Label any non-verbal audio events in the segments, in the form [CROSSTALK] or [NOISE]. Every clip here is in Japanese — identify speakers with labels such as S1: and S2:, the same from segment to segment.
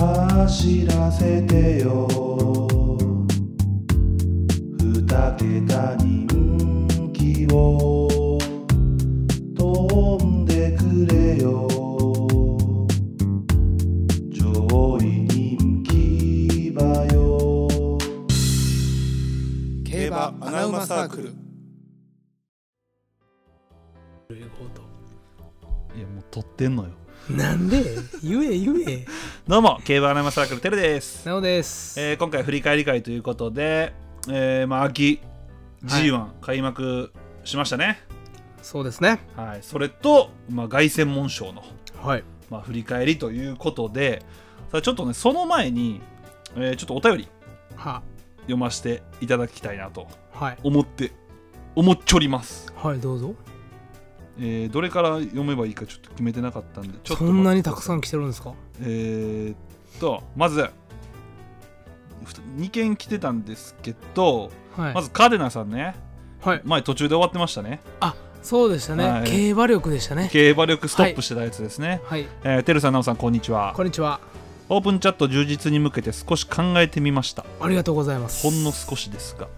S1: 走らせてよ二桁人気を飛んでくれよ上位人気馬よ
S2: 競馬アナウマサークル
S3: いやもう撮ってんのよ
S4: なんで言え言え。
S3: どうも競馬アナウンサーサークルてるです、
S4: なおです。
S3: えー今回振り返り会ということで、えーまあ、秋 G1、開幕しましたね、
S4: そうですね。
S3: はい、それと、まあ、凱旋門賞の、
S4: はい。
S3: まあ、振り返りということでさあちょっとねその前に、えーちょっとお便り
S4: は、
S3: 読ませていただきたいなと
S4: はい。
S3: 思って思っちょります、
S4: はい、どうぞ。
S3: えーどれから読めばいいかちょっと決めてなかったんでちょっと
S4: そんなにた
S3: さ
S4: く
S3: ん
S4: さん来てるんですか
S3: えーっとまず2件来てたんですけど、
S4: はい。
S3: まずカデナさんね
S4: はい。
S3: 前途中で終わってましたね
S4: あ、そうでした
S3: は
S4: ね
S3: い。
S4: 競馬力でしたね。
S3: 競馬力ストップしてたやつですね、
S4: はい。
S3: えーてるさんなおさんこんにちは
S4: こんにちは。
S3: オープンチャット充実に向けて少し考えてみました
S4: ありがとうございます。
S3: ほんの少しですが、は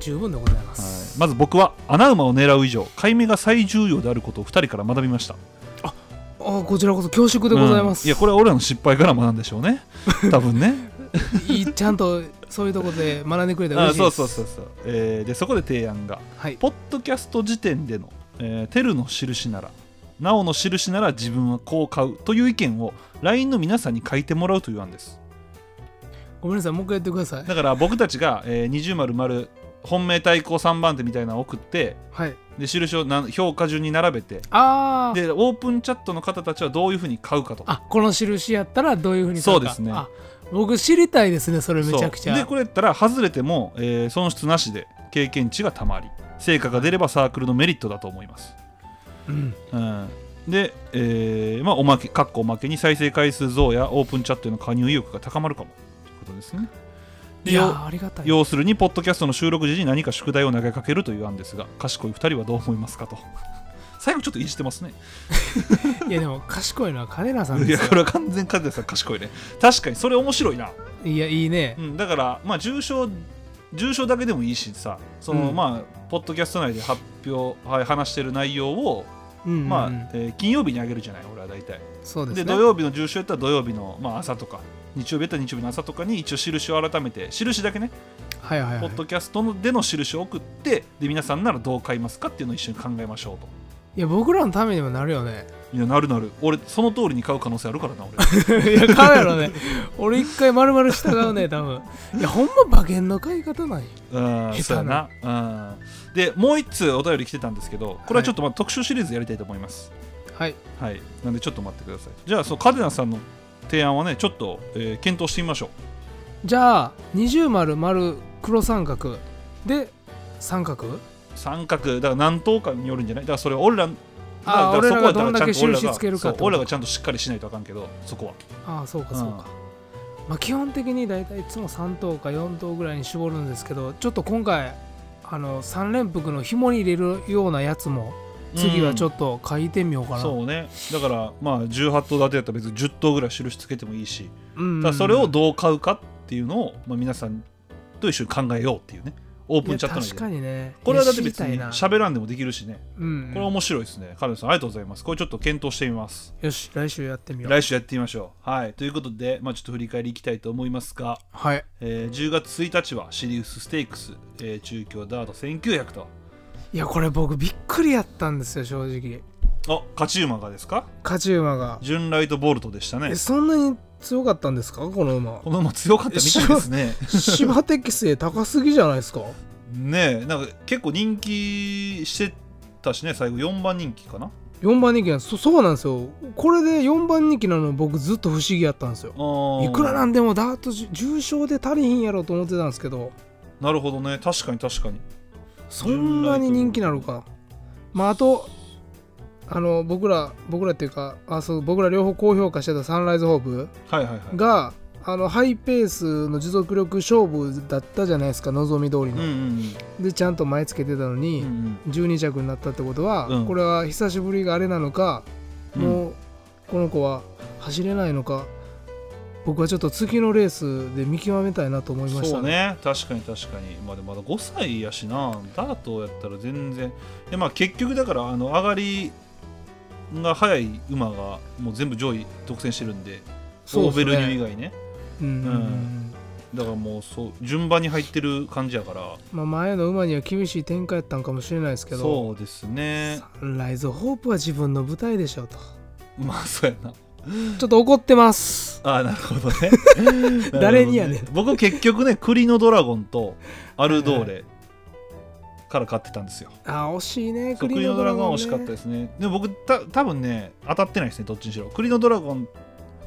S4: 十分でございま
S3: い
S4: す。
S3: まず僕は穴馬を狙う以上買い目が最重要であることを2人から学びました
S4: あ、こちらこそ恐縮でございま
S3: うん
S4: す。
S3: いやこれは俺らの失敗から学んでしょ
S4: [LAUGHS]
S3: うね多分ね
S4: いいちゃんとそういうとこで学んでくれて嬉
S3: あ
S4: しいで
S3: そう
S4: す。
S3: そうそうそう、えーでそこで提案が
S4: はい。
S3: ポッドキャスト時点での、えーテルの印なら、なおの印なら自分はこう買うという意見を LINE の皆さんに書いてもらうという案です。
S4: ごめんなさい、もう一回やってください。
S3: だから僕たちが、えー、20丸丸本命対抗3番手みたいなのを送って、
S4: はい。
S3: で印をな評価順に並べて、
S4: あー。
S3: でオープンチャットの方たちはどういうふうに買うかと。
S4: あ、この印やったらどういうふうに買
S3: そう
S4: か
S3: ですね
S4: あ僕知りたいですね、それめちゃくち
S3: そう
S4: ゃ。
S3: でこれやったら外れても、えー損失なしで経験値がたまり成果が出ればサークルのメリットだと思います、
S4: うん
S3: うんで、えーまあ、おまけかっこおまけに再生回数増やオープンチャットへの加入意欲が高まるかもということですねで
S4: いや
S3: 要
S4: ー、ありがたい。
S3: 要するにポッドキャストの収録時に何か宿題を投げかけるという案ですが賢い2人はどう思いますかと [LAUGHS] 最後ちょっといじってますね
S4: [LAUGHS] いやでも賢いのは金田さん
S3: い
S4: で
S3: や
S4: す
S3: これは完全カズヤさん賢いね確かにそれ面白いな、
S4: よ。いやいいね
S3: う。ん、だからまあ重症重症だけでもいいしさその、
S4: うん
S3: まあポッドキャスト内で発表、はい、話してる内容を、
S4: うんうんうん
S3: まあえー金曜日にあげるじゃない俺は大体
S4: そうです
S3: で
S4: ね。
S3: 土曜日の重症やったら土曜日の、まあ、朝とか日曜日やったら日曜日の朝とかに一応印を改めて印だけね、
S4: はいはいは
S3: ポ
S4: い
S3: ッ。ドキャストのでの印を送ってで皆さんならどう買いますかっていうのを一緒に考えましょうと
S4: いや僕らのためにもなるよね。 [LAUGHS]
S3: いやなるなる俺その通りに買う可能性あるからな
S4: い
S3: 俺
S4: や買うやろね。俺一回丸々従う
S3: [LAUGHS]
S4: ね多分。いやほんま馬券の買い方なんよ。
S3: うんそうやなうんでもう一通お便り来てたんですけどこれはちょっとまあ特集シリーズやりたいと思います
S4: はい
S3: はい、なんでちょっと待ってくださいじゃあそのカデナさんの提案はねちょっと、えー検討してみましょ
S4: じゃあ二重丸丸黒三角で三角。
S3: う三角だから何等かによるんじゃないだからそれは俺ら
S4: あー
S3: だから
S4: 俺らが
S3: そこは
S4: どんだけ
S3: ちゃと俺らが
S4: 印つけるかってこと
S3: そう俺らがちゃんとしっかりしないとあかんけどそこは
S4: ああそうかそうか。まあ基本的に大体いつも3等か4等ぐらいに絞るんですけどちょっと今回あの3連複の紐に入れるようなやつも次はちょ
S3: と、
S4: っと書いてみようかな、
S3: そうねだからまあ18頭立てやったら別に10頭ぐらい印つけてもいいし、
S4: うん
S3: ただそれをどう買うかっていうのを、まあ、皆さんと一緒に考えようっていうねオー
S4: い
S3: プン
S4: や
S3: チャット内
S4: 確か
S3: で
S4: にね
S3: これはだって
S4: いや
S3: 別
S4: 知り
S3: に
S4: たいな
S3: 喋らんでもできるしね
S4: うん
S3: これ面白いですねカデナさんありがとうございますこれちょっと検討してみます
S4: よし来週やってみよう
S3: 来週やってみましょう。はい、ということで、まあ、ちょっと振り返りいきたいと思いますが、
S4: はい
S3: えー10月1日はシリウスステークス、えー中京ダート1900と。
S4: いやこれ僕びっくりやったんですよ正直
S3: あ勝ち馬がですか
S4: 勝ち馬が
S3: 純ライトボルトでしたね
S4: え。そんなに強かったんですかこの馬
S3: この馬強かったみたいで
S4: [LAUGHS]
S3: すね。
S4: 芝適性高すぎじゃないですか
S3: ねえ、なんか結構人気してたしね、最後4番人気かな。
S4: 4番人気なんですそそうなんですよこれで4番人気なの僕ずっと不思議やったんですよいくらなんんでもダートじ重傷で足りひんやろと思ってたんですけど
S3: なるほどね、確かに確かに。
S4: そんなに人気なのか。まあ、あと、あの、僕ら、僕らっていうか、あそう僕ら両方高評価してたサンライズホープ
S3: はいはいはい。
S4: が、あの、ハイペースの持続力勝負だったじゃないですか、望み通り
S3: うんう
S4: の。
S3: ん
S4: で、ちゃんと前つけてたの
S3: うん。う
S4: に、
S3: ん
S4: 12着になったってことは、
S3: うん
S4: これは久しぶりがあれなのか、
S3: うん
S4: もう、この子は走れないのか、僕はちょっと次のレースで見極めたいなと思いました
S3: そうね確かに確かに、まあ、でもまだ5歳やしなダートやったら全然で、まあ、結局だからあの上がりが速い馬がもう全部上位独占してるんで
S4: そう
S3: オ
S4: っ
S3: ー
S4: すね
S3: ベルニュー以外ね
S4: うんうんうん
S3: だからもうそう順番に入ってる感じやから
S4: まあ、前の馬には厳しい展開やったんかもしれないですけど
S3: そうですね
S4: ライズ・ホープは自分の舞台でしょうと
S3: まあそうやな
S4: ちょっと怒ってます
S3: ああなるほどね
S4: [LAUGHS] 誰にやねん
S3: なるほど [LAUGHS] 僕結局ね栗のドラゴンとアルドー
S4: は
S3: レから買ってたんですよ
S4: あー惜しいね
S3: そ
S4: ク
S3: う
S4: リ
S3: 栗
S4: ー
S3: の
S4: ン
S3: ド
S4: ド
S3: ラ
S4: ラ
S3: ゴ
S4: ゴ
S3: ン
S4: ン、
S3: 惜
S4: ね、
S3: しかったですねでも僕た多分ね当たってないですねどっちにしろ栗のドラゴン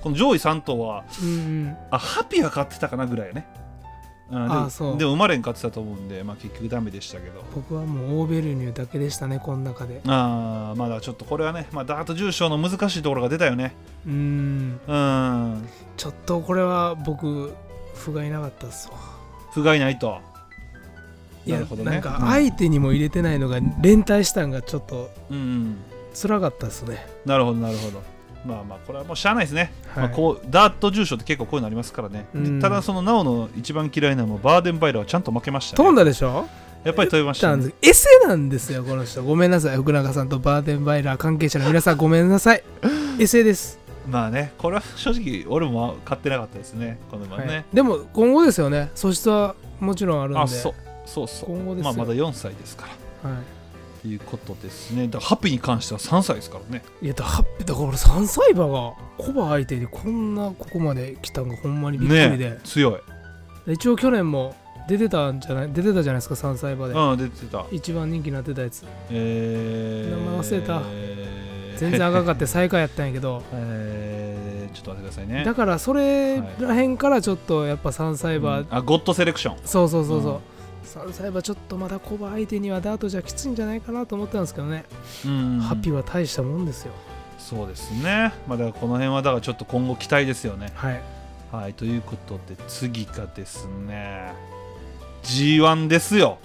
S3: この上位3頭は
S4: うんうん
S3: あハピは買ってたかなぐらいやねうんでも
S4: あそう
S3: でも馬連買ってたと思うんで、まあ、結局ダメでしたけど
S4: 僕はもうオーベルニューだけでしたねこの中で
S3: あーまだちょっとこれはね、まあ、ダート重賞の難しいところが出たよね
S4: うん
S3: うん
S4: ちょっとこれは僕不甲斐なかったっすわ
S3: 不甲斐ないと
S4: いや
S3: なるほどね
S4: なんか相手にも入れてないのが連帯したんがちょっと
S3: うん、うん、
S4: 辛かったですね
S3: なるほどなるほどまあまあこれはもうしゃあないですね、
S4: はい
S3: まあ、こうダート重賞って結構こういうのありますからね、で
S4: うん
S3: ただそのなおの一番嫌いなのはバーデンバイラーはちゃんと負けました、ね、
S4: 飛んだでしょ
S3: やっぱり飛びまし
S4: した
S3: た、
S4: ん
S3: ね
S4: ですエセなんですよこの人ごめんなさい福永さんとバーデンバイラー関係者の皆さんごめんなさ
S3: [LAUGHS]
S4: いエセです、
S3: まあね、これは正直俺も買ってなかったですね、この馬
S4: はい
S3: ね。
S4: でも今後ですよね素質はもちろんあるんで
S3: あ、そう、そうそう。
S4: 今後です
S3: まあ
S4: よ、
S3: まだ4歳ですから。
S4: は
S3: ということですね。だからハッピーに関しては3歳ですからね。
S4: い、いやだってだから俺3歳馬がコバ相手にこんなここまで来たんがほんまにびっくりで、
S3: ね強い。
S4: 一応去年も出てたんじゃない出てたじゃないですか3歳馬で、
S3: うん、出てた。
S4: 一番人気になってたやつ
S3: えー、
S4: 名前忘れた
S3: えー
S4: 全然赤かって最下位やったんやけど
S3: [LAUGHS] えー、ちょっと待ってください [LAUGHS] ね。
S4: だからそれらへんからちょっとやっぱ3歳馬、
S3: うんあ、ゴッドセレクション。
S4: そうそうそうそう、
S3: うん
S4: 3歳馬ちょっとまだコバ相手にはダートじゃきついんじゃないかなと思ったんですけどね、
S3: うん、
S4: ハッピー
S3: ー
S4: は大したもんですよ
S3: そうですね。まあ、だからこの辺はだからちょっと今後期待ですよね。
S4: はい
S3: はい、ということで次がですね、G1 ですよ。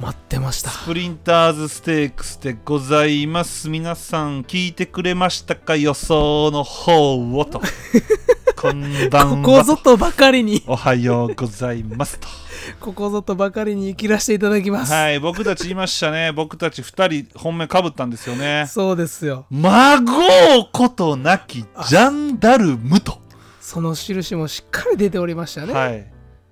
S4: 待ってました
S3: スプリンターズステークスでございます皆さん聞いてくれましたか予想の方を
S4: [LAUGHS]
S3: とこんば
S4: こ
S3: ん
S4: こ
S3: は
S4: ぞとばかりに
S3: おはようございますと
S4: ここぞとばかりに生きらせていただきます、
S3: はい僕たち言いましたね僕たち2人本命かぶったんです
S4: [LAUGHS]
S3: よね
S4: そうですよ
S3: 孫うことなきジャンダルムと、
S4: その印もしっかり出ておりましたね、
S3: はい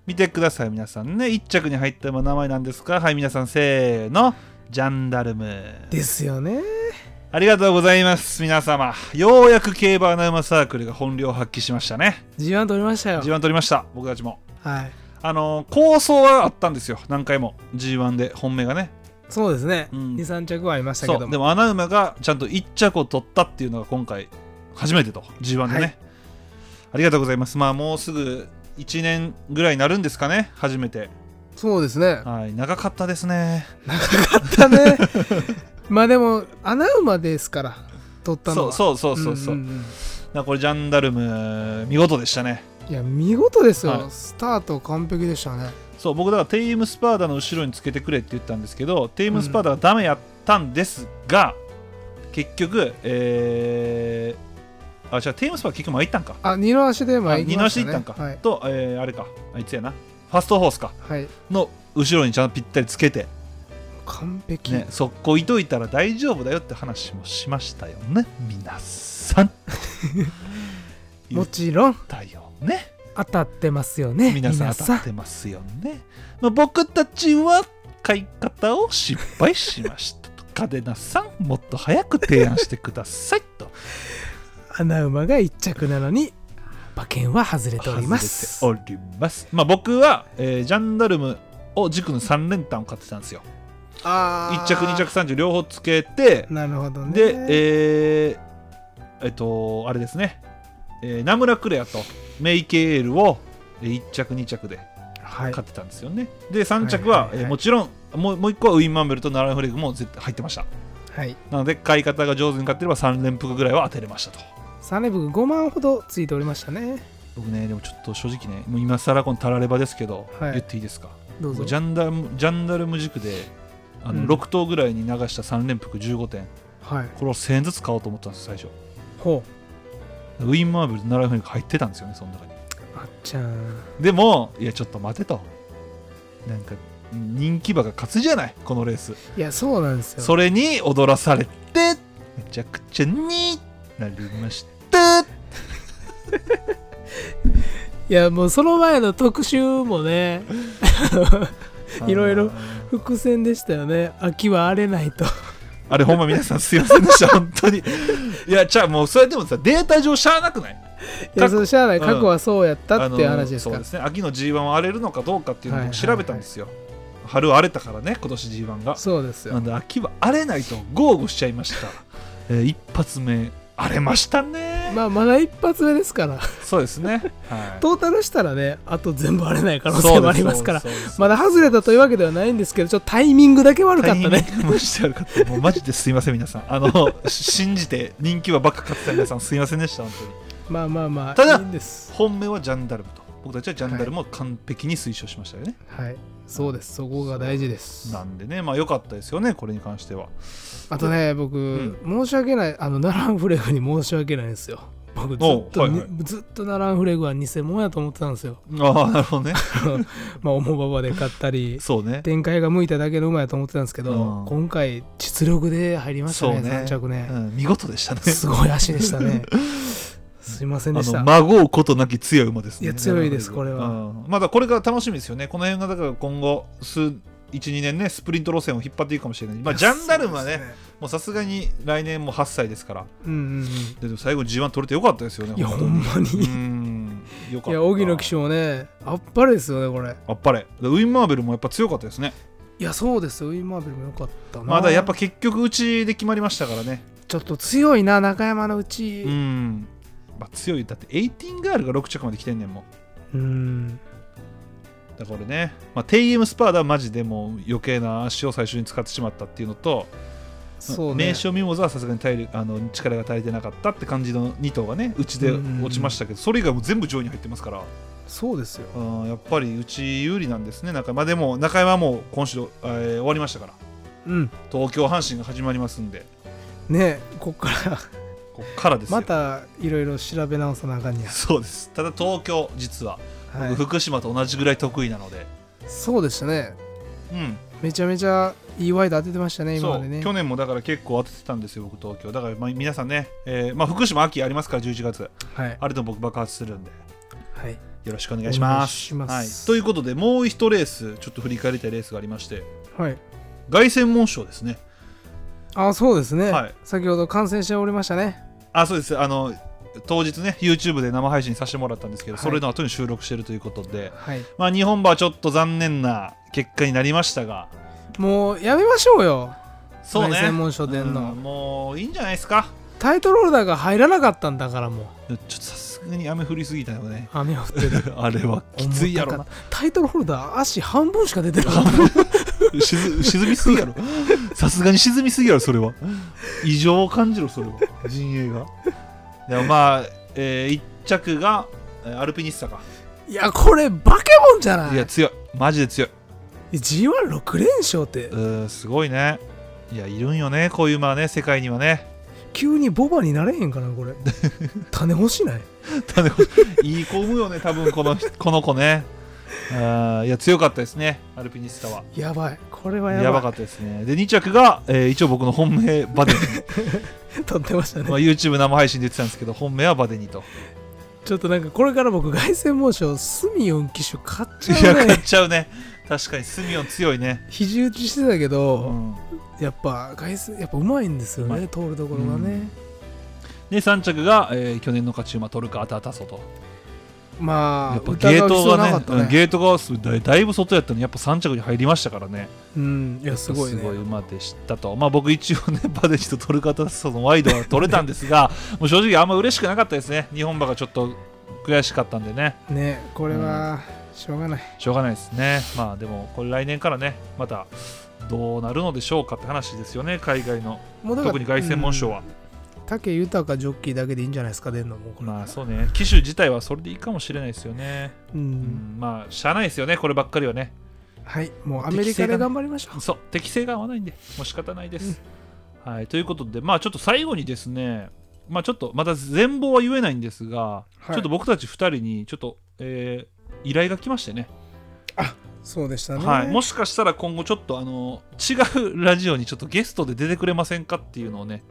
S3: 見てください皆さんね1着に入った馬名前なんですかはい皆さんせーのジャンダルム
S4: ですよね
S3: ありがとうございます皆様ようやく競馬アナウマサークルが本領を発揮しましたね
S4: G1 取りましたよ
S3: G1 取りました僕たちも
S4: はい
S3: あのー構想はあったんですよ何回も G1 で本命がね
S4: そうですね、
S3: うん
S4: 23着はありましたけ
S3: そ
S4: ど
S3: う
S4: も
S3: でもアナウマがちゃんと1着を取ったっていうのが今回初めてと G1 でね、
S4: はい
S3: ありがとうございますまあもうすぐ1年ぐらいになるんですかね初めて
S4: そうですね
S3: はい長かったですね
S4: だねまあでも穴馬ですから取ったの
S3: そう
S4: は
S3: そうそうそうそう、
S4: んんん
S3: だからこれジャンダルム見事でしたね
S4: いや見事ですよ、
S3: はい
S4: スタート完璧でしたね
S3: そう僕だからテイムスパーダの後ろにつけてくれって言ったんですけどテイムスパーダがダメやったんですが、結局えー、あじゃあテイムスパーダ結局前行ったんか、
S4: あ二の足で
S3: あ
S4: 前行
S3: 二
S4: き
S3: の
S4: まし
S3: 足
S4: た、
S3: で
S4: ね、
S3: 行ったんか、
S4: はい、
S3: と、えー、あれかあいつやなファストホースか
S4: はい、
S3: の後ろにちゃんとぴったりつけて、
S4: 完璧、
S3: ね、速攻いといたら大丈夫だよって話もしましたよね皆さん言
S4: も
S3: っ
S4: ちろん
S3: たよね
S4: 当たってますよね
S3: [LAUGHS] 皆さん当たってますよね。まあ、僕たちは買い方を失敗しましたと。 [LAUGHS] カデナさん、もっと早く提案してください
S4: [LAUGHS]
S3: と。
S4: 穴馬が一着なのに馬券は外れております
S3: 外れております。まあ、僕は、えージャンダルムを軸の3連単を買ってたんですよ。1
S4: あ
S3: 着、2着、3着両方つけて、
S4: なるほどねえ
S3: で、えーえっと、あれですね、えーナムラクレアとメイケールを1着、2着で
S4: はい
S3: 勝ってたんですよね。で3着は、
S4: はいはいはい
S3: えーもちろんもうもう1個はウィン・マンベルとナラン・フレグも絶対入ってました。
S4: はい
S3: なので買い方が上手に買ってれば3連複ぐらいは当てれましたと。
S4: サネブ5万ほどついておりましたね
S3: 僕ね、でもちょっと正直ね、もう今更このタラレバですけど、
S4: はい
S3: 言っていいですか。
S4: どう
S3: 僕
S4: ぞ
S3: ジャンダムジャンダルム軸であ
S4: う
S3: の、
S4: ん
S3: 6頭ぐらいに流した3連複15点、
S4: はい
S3: これを1000円ずつ買おうと思ったんです、最初。
S4: ほ
S3: ウィン・マーブルとナライフェニック入ってたんですよねその中に
S4: あっちゃん
S3: でもいやちょっと待てとなんか人気馬が勝つじゃないこのレース
S4: いやそうなんですよ
S3: それに踊らされてめちゃくちゃになりました
S4: いやもうその前の特集もね
S3: [LAUGHS]
S4: いろいろ
S3: あー
S4: 伏線でしたよね秋は荒れない
S3: [LAUGHS]
S4: と
S3: あれほんま皆さんすいませんでした本当に [LAUGHS] いやじゃあもうそれでもさデータ上しゃあなくない
S4: いやそのしゃあない過去はそうやったっていう
S3: あの
S4: 話です
S3: そ
S4: か
S3: うですね秋の G1 は荒れるのかどうかっていうのを
S4: はい
S3: 僕
S4: はい
S3: 調べたんですよ、春荒れたからね今年 G1 が
S4: そうです
S3: な
S4: よ
S3: んで秋は荒れないと豪語しちゃいま
S4: [LAUGHS]
S3: した、えー一発目荒れましたね、
S4: まあまだ一発目ですから [LAUGHS]
S3: そうですね、はい
S4: トータルしたらねあと全部荒れない可能性もありますから
S3: そうですそう
S4: まだ外れたというわけではないんですけどちょっとタイミングだけ悪
S3: です
S4: かった
S3: タイ
S4: ね
S3: ミングマジで悪かったもうマジですいません皆さんあ
S4: [LAUGHS]
S3: の信じて人気はばっか買ってた皆さんすいませんでした本当に
S4: まあまあまあ
S3: ただ
S4: いいんです
S3: 本命はジャンダルムと僕たちはジャンダルムを完璧に推奨しましたよね、
S4: はいそうですそこが大事です
S3: なんでねまあ良かったですよねこれに関し
S4: [LAUGHS]
S3: ては
S4: あとね僕、申し訳ないあのナランフレグに申し訳ないんですよ僕ずっと、
S3: おうはいはい
S4: にずっとナランフレグは偽物やと思ってたんですよ
S3: ああなるほどね
S4: まあ重馬場で買ったり
S3: そうね
S4: 展開が向いただけの馬やと思ってたんですけど、
S3: うん
S4: 今回実力で入りましたね
S3: [LAUGHS] そうね
S4: 3着ね
S3: う、ん、見事
S4: [LAUGHS]
S3: でしたね。
S4: すごい足でした
S3: [LAUGHS]
S4: ねすいません
S3: あ
S4: でした
S3: の孫うことなき強い馬です
S4: い
S3: ね。
S4: や強いですこれは
S3: うんまだこれが楽しみですよね。この辺がだから今後数12年ねスプリント路線を引っ張っていくかもしれない。まあジャンダルムはねもうさすがに来年も8歳ですから。
S4: うんうん
S3: ででも最後 G1 取れてよかったですよね。
S4: うんいや
S3: 本
S4: ほ
S3: 当に
S4: んまに
S3: うんよかった。
S4: いや荻野騎手もねあっぱれですよねこれ
S3: あっぱれ。ウィンマーベルもやっぱ強かったですね。
S4: いやそうですよウィンマーベルも良かったな
S3: まだやっぱ結局うちで決まりましたからね。
S4: ちょっと強いな中山のうち
S3: うん。まあ強いだって18ガールが6着まで来てんねんも
S4: う
S3: ん。
S4: ん
S3: だからこれね、まあ、TM スパーダはマジでもう余計な足を最初に使ってしまったっていうのと、
S4: そうね
S3: 名称ミモザはさすがに体力あの力が足りてなかったって感じの2頭がねうちで落ちましたけどそれ以外も全部上位に入ってますから
S4: そうですよ
S3: うんやっぱりうち有利なんですね中山、まあでも中山はもう今週、えー終わりましたから
S4: うん
S3: 東京阪神が始まりますんで
S4: ねこっから
S3: こっからですよ
S4: またいろいろ調べ直さなあかんにゃ、
S3: そうですただ東京実は、
S4: は
S3: 僕
S4: い、
S3: 福島と同じぐらい得意なので
S4: そうでしたね
S3: うん
S4: めちゃめちゃいいワイド当ててましたね今
S3: そ
S4: ま
S3: う
S4: でね
S3: 去年もだから結構当ててたんですよ、僕、東京。だから、まあ、皆さんね、えーまあ、福島秋ありますから、11月、
S4: はい、
S3: あれと僕爆発するんで、
S4: はい、
S3: よろしくお願いします。
S4: お願いします
S3: はい、ということで、もう一レース、ちょっと振り返りたいレースがありまして、
S4: はい、
S3: 凱旋門賞ですね。
S4: あそうですね、
S3: はい
S4: 先ほど感染しておりましたね
S3: あ、そうです、あの、当日ね、YouTube で生配信させてもらったんですけど、
S4: はい
S3: それの後に収録してるということで、
S4: はい
S3: まあ、日本馬はちょっと残念な結果になりましたが、
S4: もうやめましょうよ
S3: そうね、
S4: 凱旋門賞出んの
S3: うんもういいんじゃないですか。
S4: タイトルホルダーが入らなかったんだからもう
S3: ちょっとさすがに雨降りすぎたよね。 [LAUGHS]
S4: 雨降ってる
S3: あれはきついやろな
S4: 重たかったタイトルホルダー足半分しか出てるから
S3: 沈沈みすぎや
S4: [LAUGHS]
S3: ろさすがに沈みすぎやろそれは異常を感じろそれは陣営がでもまあ、え1着がえーアルピニスタか
S4: いやこれバケモンじゃない
S3: いや強いマジで強い
S4: G16 連勝って
S3: うーんすごいねいやいるんよねこういうまあね世界にはね [LAUGHS]
S4: 急にボバになれへんかなこれ種欲しない
S3: ただいい子産むよね多分この人 [LAUGHS] この子ねあーいや強かったですねアルピニスタは
S4: やばいこれはやばい
S3: やばかったですねで2着が、えー一応僕の本命バデニ、
S4: 撮ってましたね、
S3: [LAUGHS] まあ、YouTube 生配信で言ってたんですけど本命はバデニと
S4: ちょっとなんかこれから僕凱旋門賞スミヨン機種買っち
S3: いや
S4: ゃう
S3: 買っ
S4: ね
S3: ちゃうね確かにスミオン強いね、
S4: 肘打ちしてたけ
S3: う
S4: ど、
S3: ん、
S4: やっぱ凱旋やっぱうまいんですよ
S3: うま
S4: ね通るところがね、
S3: で3着が、えー去年の勝ち馬トルカアタタソと
S4: まあ
S3: やっぱゲ
S4: 疑
S3: ー
S4: う必
S3: ト
S4: 要なか
S3: が
S4: っ
S3: ね
S4: たね
S3: うんゲートがすだいだいぶ外やったのにやっぱ3着に入りましたからね
S4: うんいやすごいね
S3: 馬でしたとまあ僕一応ね [LAUGHS] バデジとトルカアタタソのワイドは取れたんですが [LAUGHS] もう正直あんま嬉しくなかったですね日本馬がちょっと悔しかったんでね
S4: ねこれはしょうがない、
S3: しょうがないですねまあでもこれ来年からねまたどうなるのでしょうかって話ですよね海外の
S4: もうだから
S3: 特に凱旋門賞は、
S4: うん武豊ジョッキーだけでいいんじゃないですか出んのもうこれ
S3: まあそうね機種自体はそれでいいかもしれないですよね、
S4: う、
S3: うんん、まあしゃあないですよねこればっかりはね
S4: はいもうアメリカで頑張りましょう
S3: そう適性が合わないんでもう仕方ないです、はいということでまあちょっと最後にですねまあ、ちょっとまた全貌は言えないんですが、
S4: はい
S3: ちょっと僕たち2人にちょっと、えー依頼が来ましてね、
S4: そうでしたね。
S3: はい、もしかしたら今後ちょっとあの違うラジオにちょっとゲストで出てくれませんかっていうのをね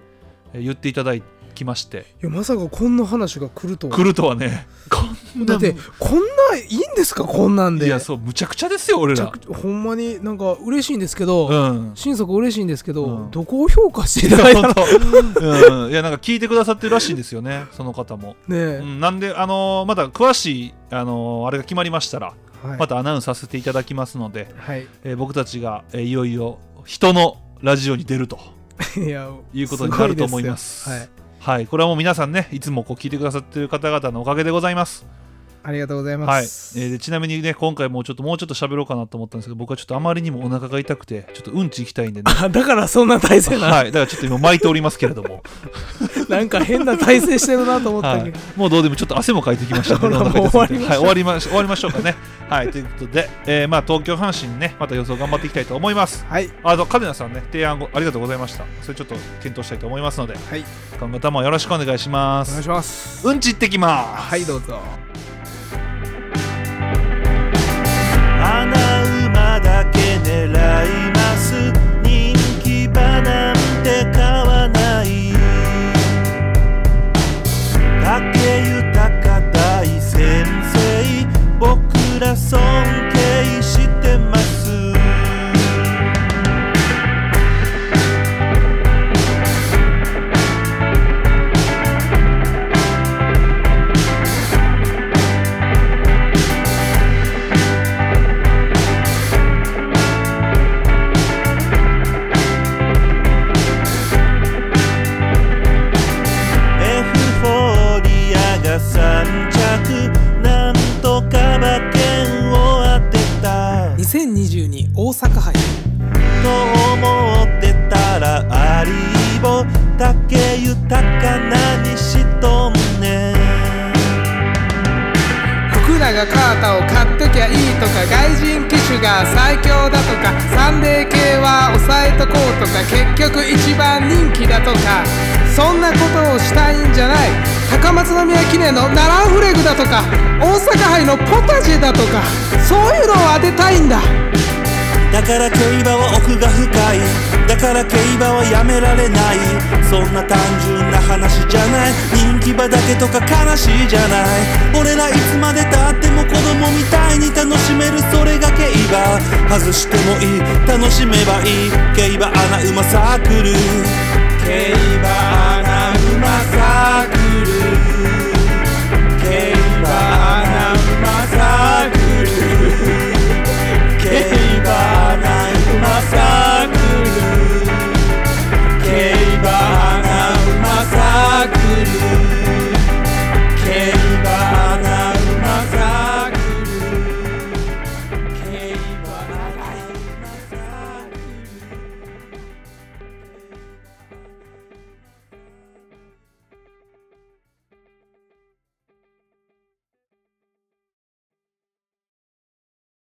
S3: えー言っていただきまして
S4: いやまさかこんな話が来るとは
S3: 来るとはねこんな
S4: だってこんないいんですかこんなんで
S3: いやそうむちゃくちゃですよ俺
S4: めちゃ
S3: ら
S4: くちゃほんまになんか嬉しいんですけど、 [LAUGHS]
S3: うん
S4: 心底嬉しいんですけど、
S3: うん
S4: どこを評価してい
S3: いや
S4: ただいたのね
S3: 本当 [LAUGHS] うんいやなんか聞いてくださってるらしいんですよねその方も、
S4: え
S3: う、ん、なんであのーまだ詳しいあのーあれが決まりましたら
S4: はい、
S3: またアナウンスさせていただきますので、
S4: はい [LAUGHS]
S3: えー僕たちが、えーいよいよ人のラジオに出ると
S4: いや
S3: いうことになると思います
S4: ごいでよ
S3: はい、これはもう皆さんね、いつもこう聞いてくださってる方々のおかげでございます。
S4: はいありがとうござい
S3: は
S4: ま
S3: い、え
S4: す、
S3: ーでちなみにね、今回もうちょっともうちょっと喋ろうかなと思ったんですけど、僕はちょっとあまりにもお腹が痛くて、ちょっとうんち行きたいんでね。 [LAUGHS]
S4: あ [LAUGHS] だからそんな体勢な、
S3: はい、だからちょっと今巻いておりますけれども、
S4: [LAUGHS] なんか変な体勢してるなと思った
S3: は
S4: けど、
S3: い、もうどうでもちょっと汗もかいてきましたね
S4: [LAUGHS] ほら
S3: お腹痛すぎて
S4: もう
S3: はい、終わりまし終わりましょうかね。はい、ということで、えーまあ東京阪神ね、また予想頑張っていきたいと思います。
S4: はい
S3: あとカデナさんね、提案ごありがとうございました。それちょっと検討したいと思いますので、
S4: はい
S3: 今後ともよろしくお願いしま
S4: お願い
S3: す。
S4: します
S3: うんち行ってきます。
S4: はいどうぞ
S1: 穴馬だけ狙います人気馬なんて買わない武豊大先生僕ら尊敬してますエフフォーリアが3着なんとか馬券を当てた
S4: 2022大阪杯
S1: と思ってたらアリーボ竹豊か何しとんねん
S4: 福永カータを買っときゃいいとか外人機種が最強だとかサンデー系は抑えとこうとか結局一番人気だとかそんなことをしたいんじゃない高松宮記念のナランフレグだとか大阪杯のポタジェだとかそういうのを当てたいんだ
S1: だから競馬は奥が深いだから競馬はやめられないそんな単純な話じゃない人気馬だけとか悲しいじゃない俺らいつまでたっても子供みたいに楽しめるそれが競馬外してもいい楽しめばいい競馬アナウマサークル競馬アナウマサークル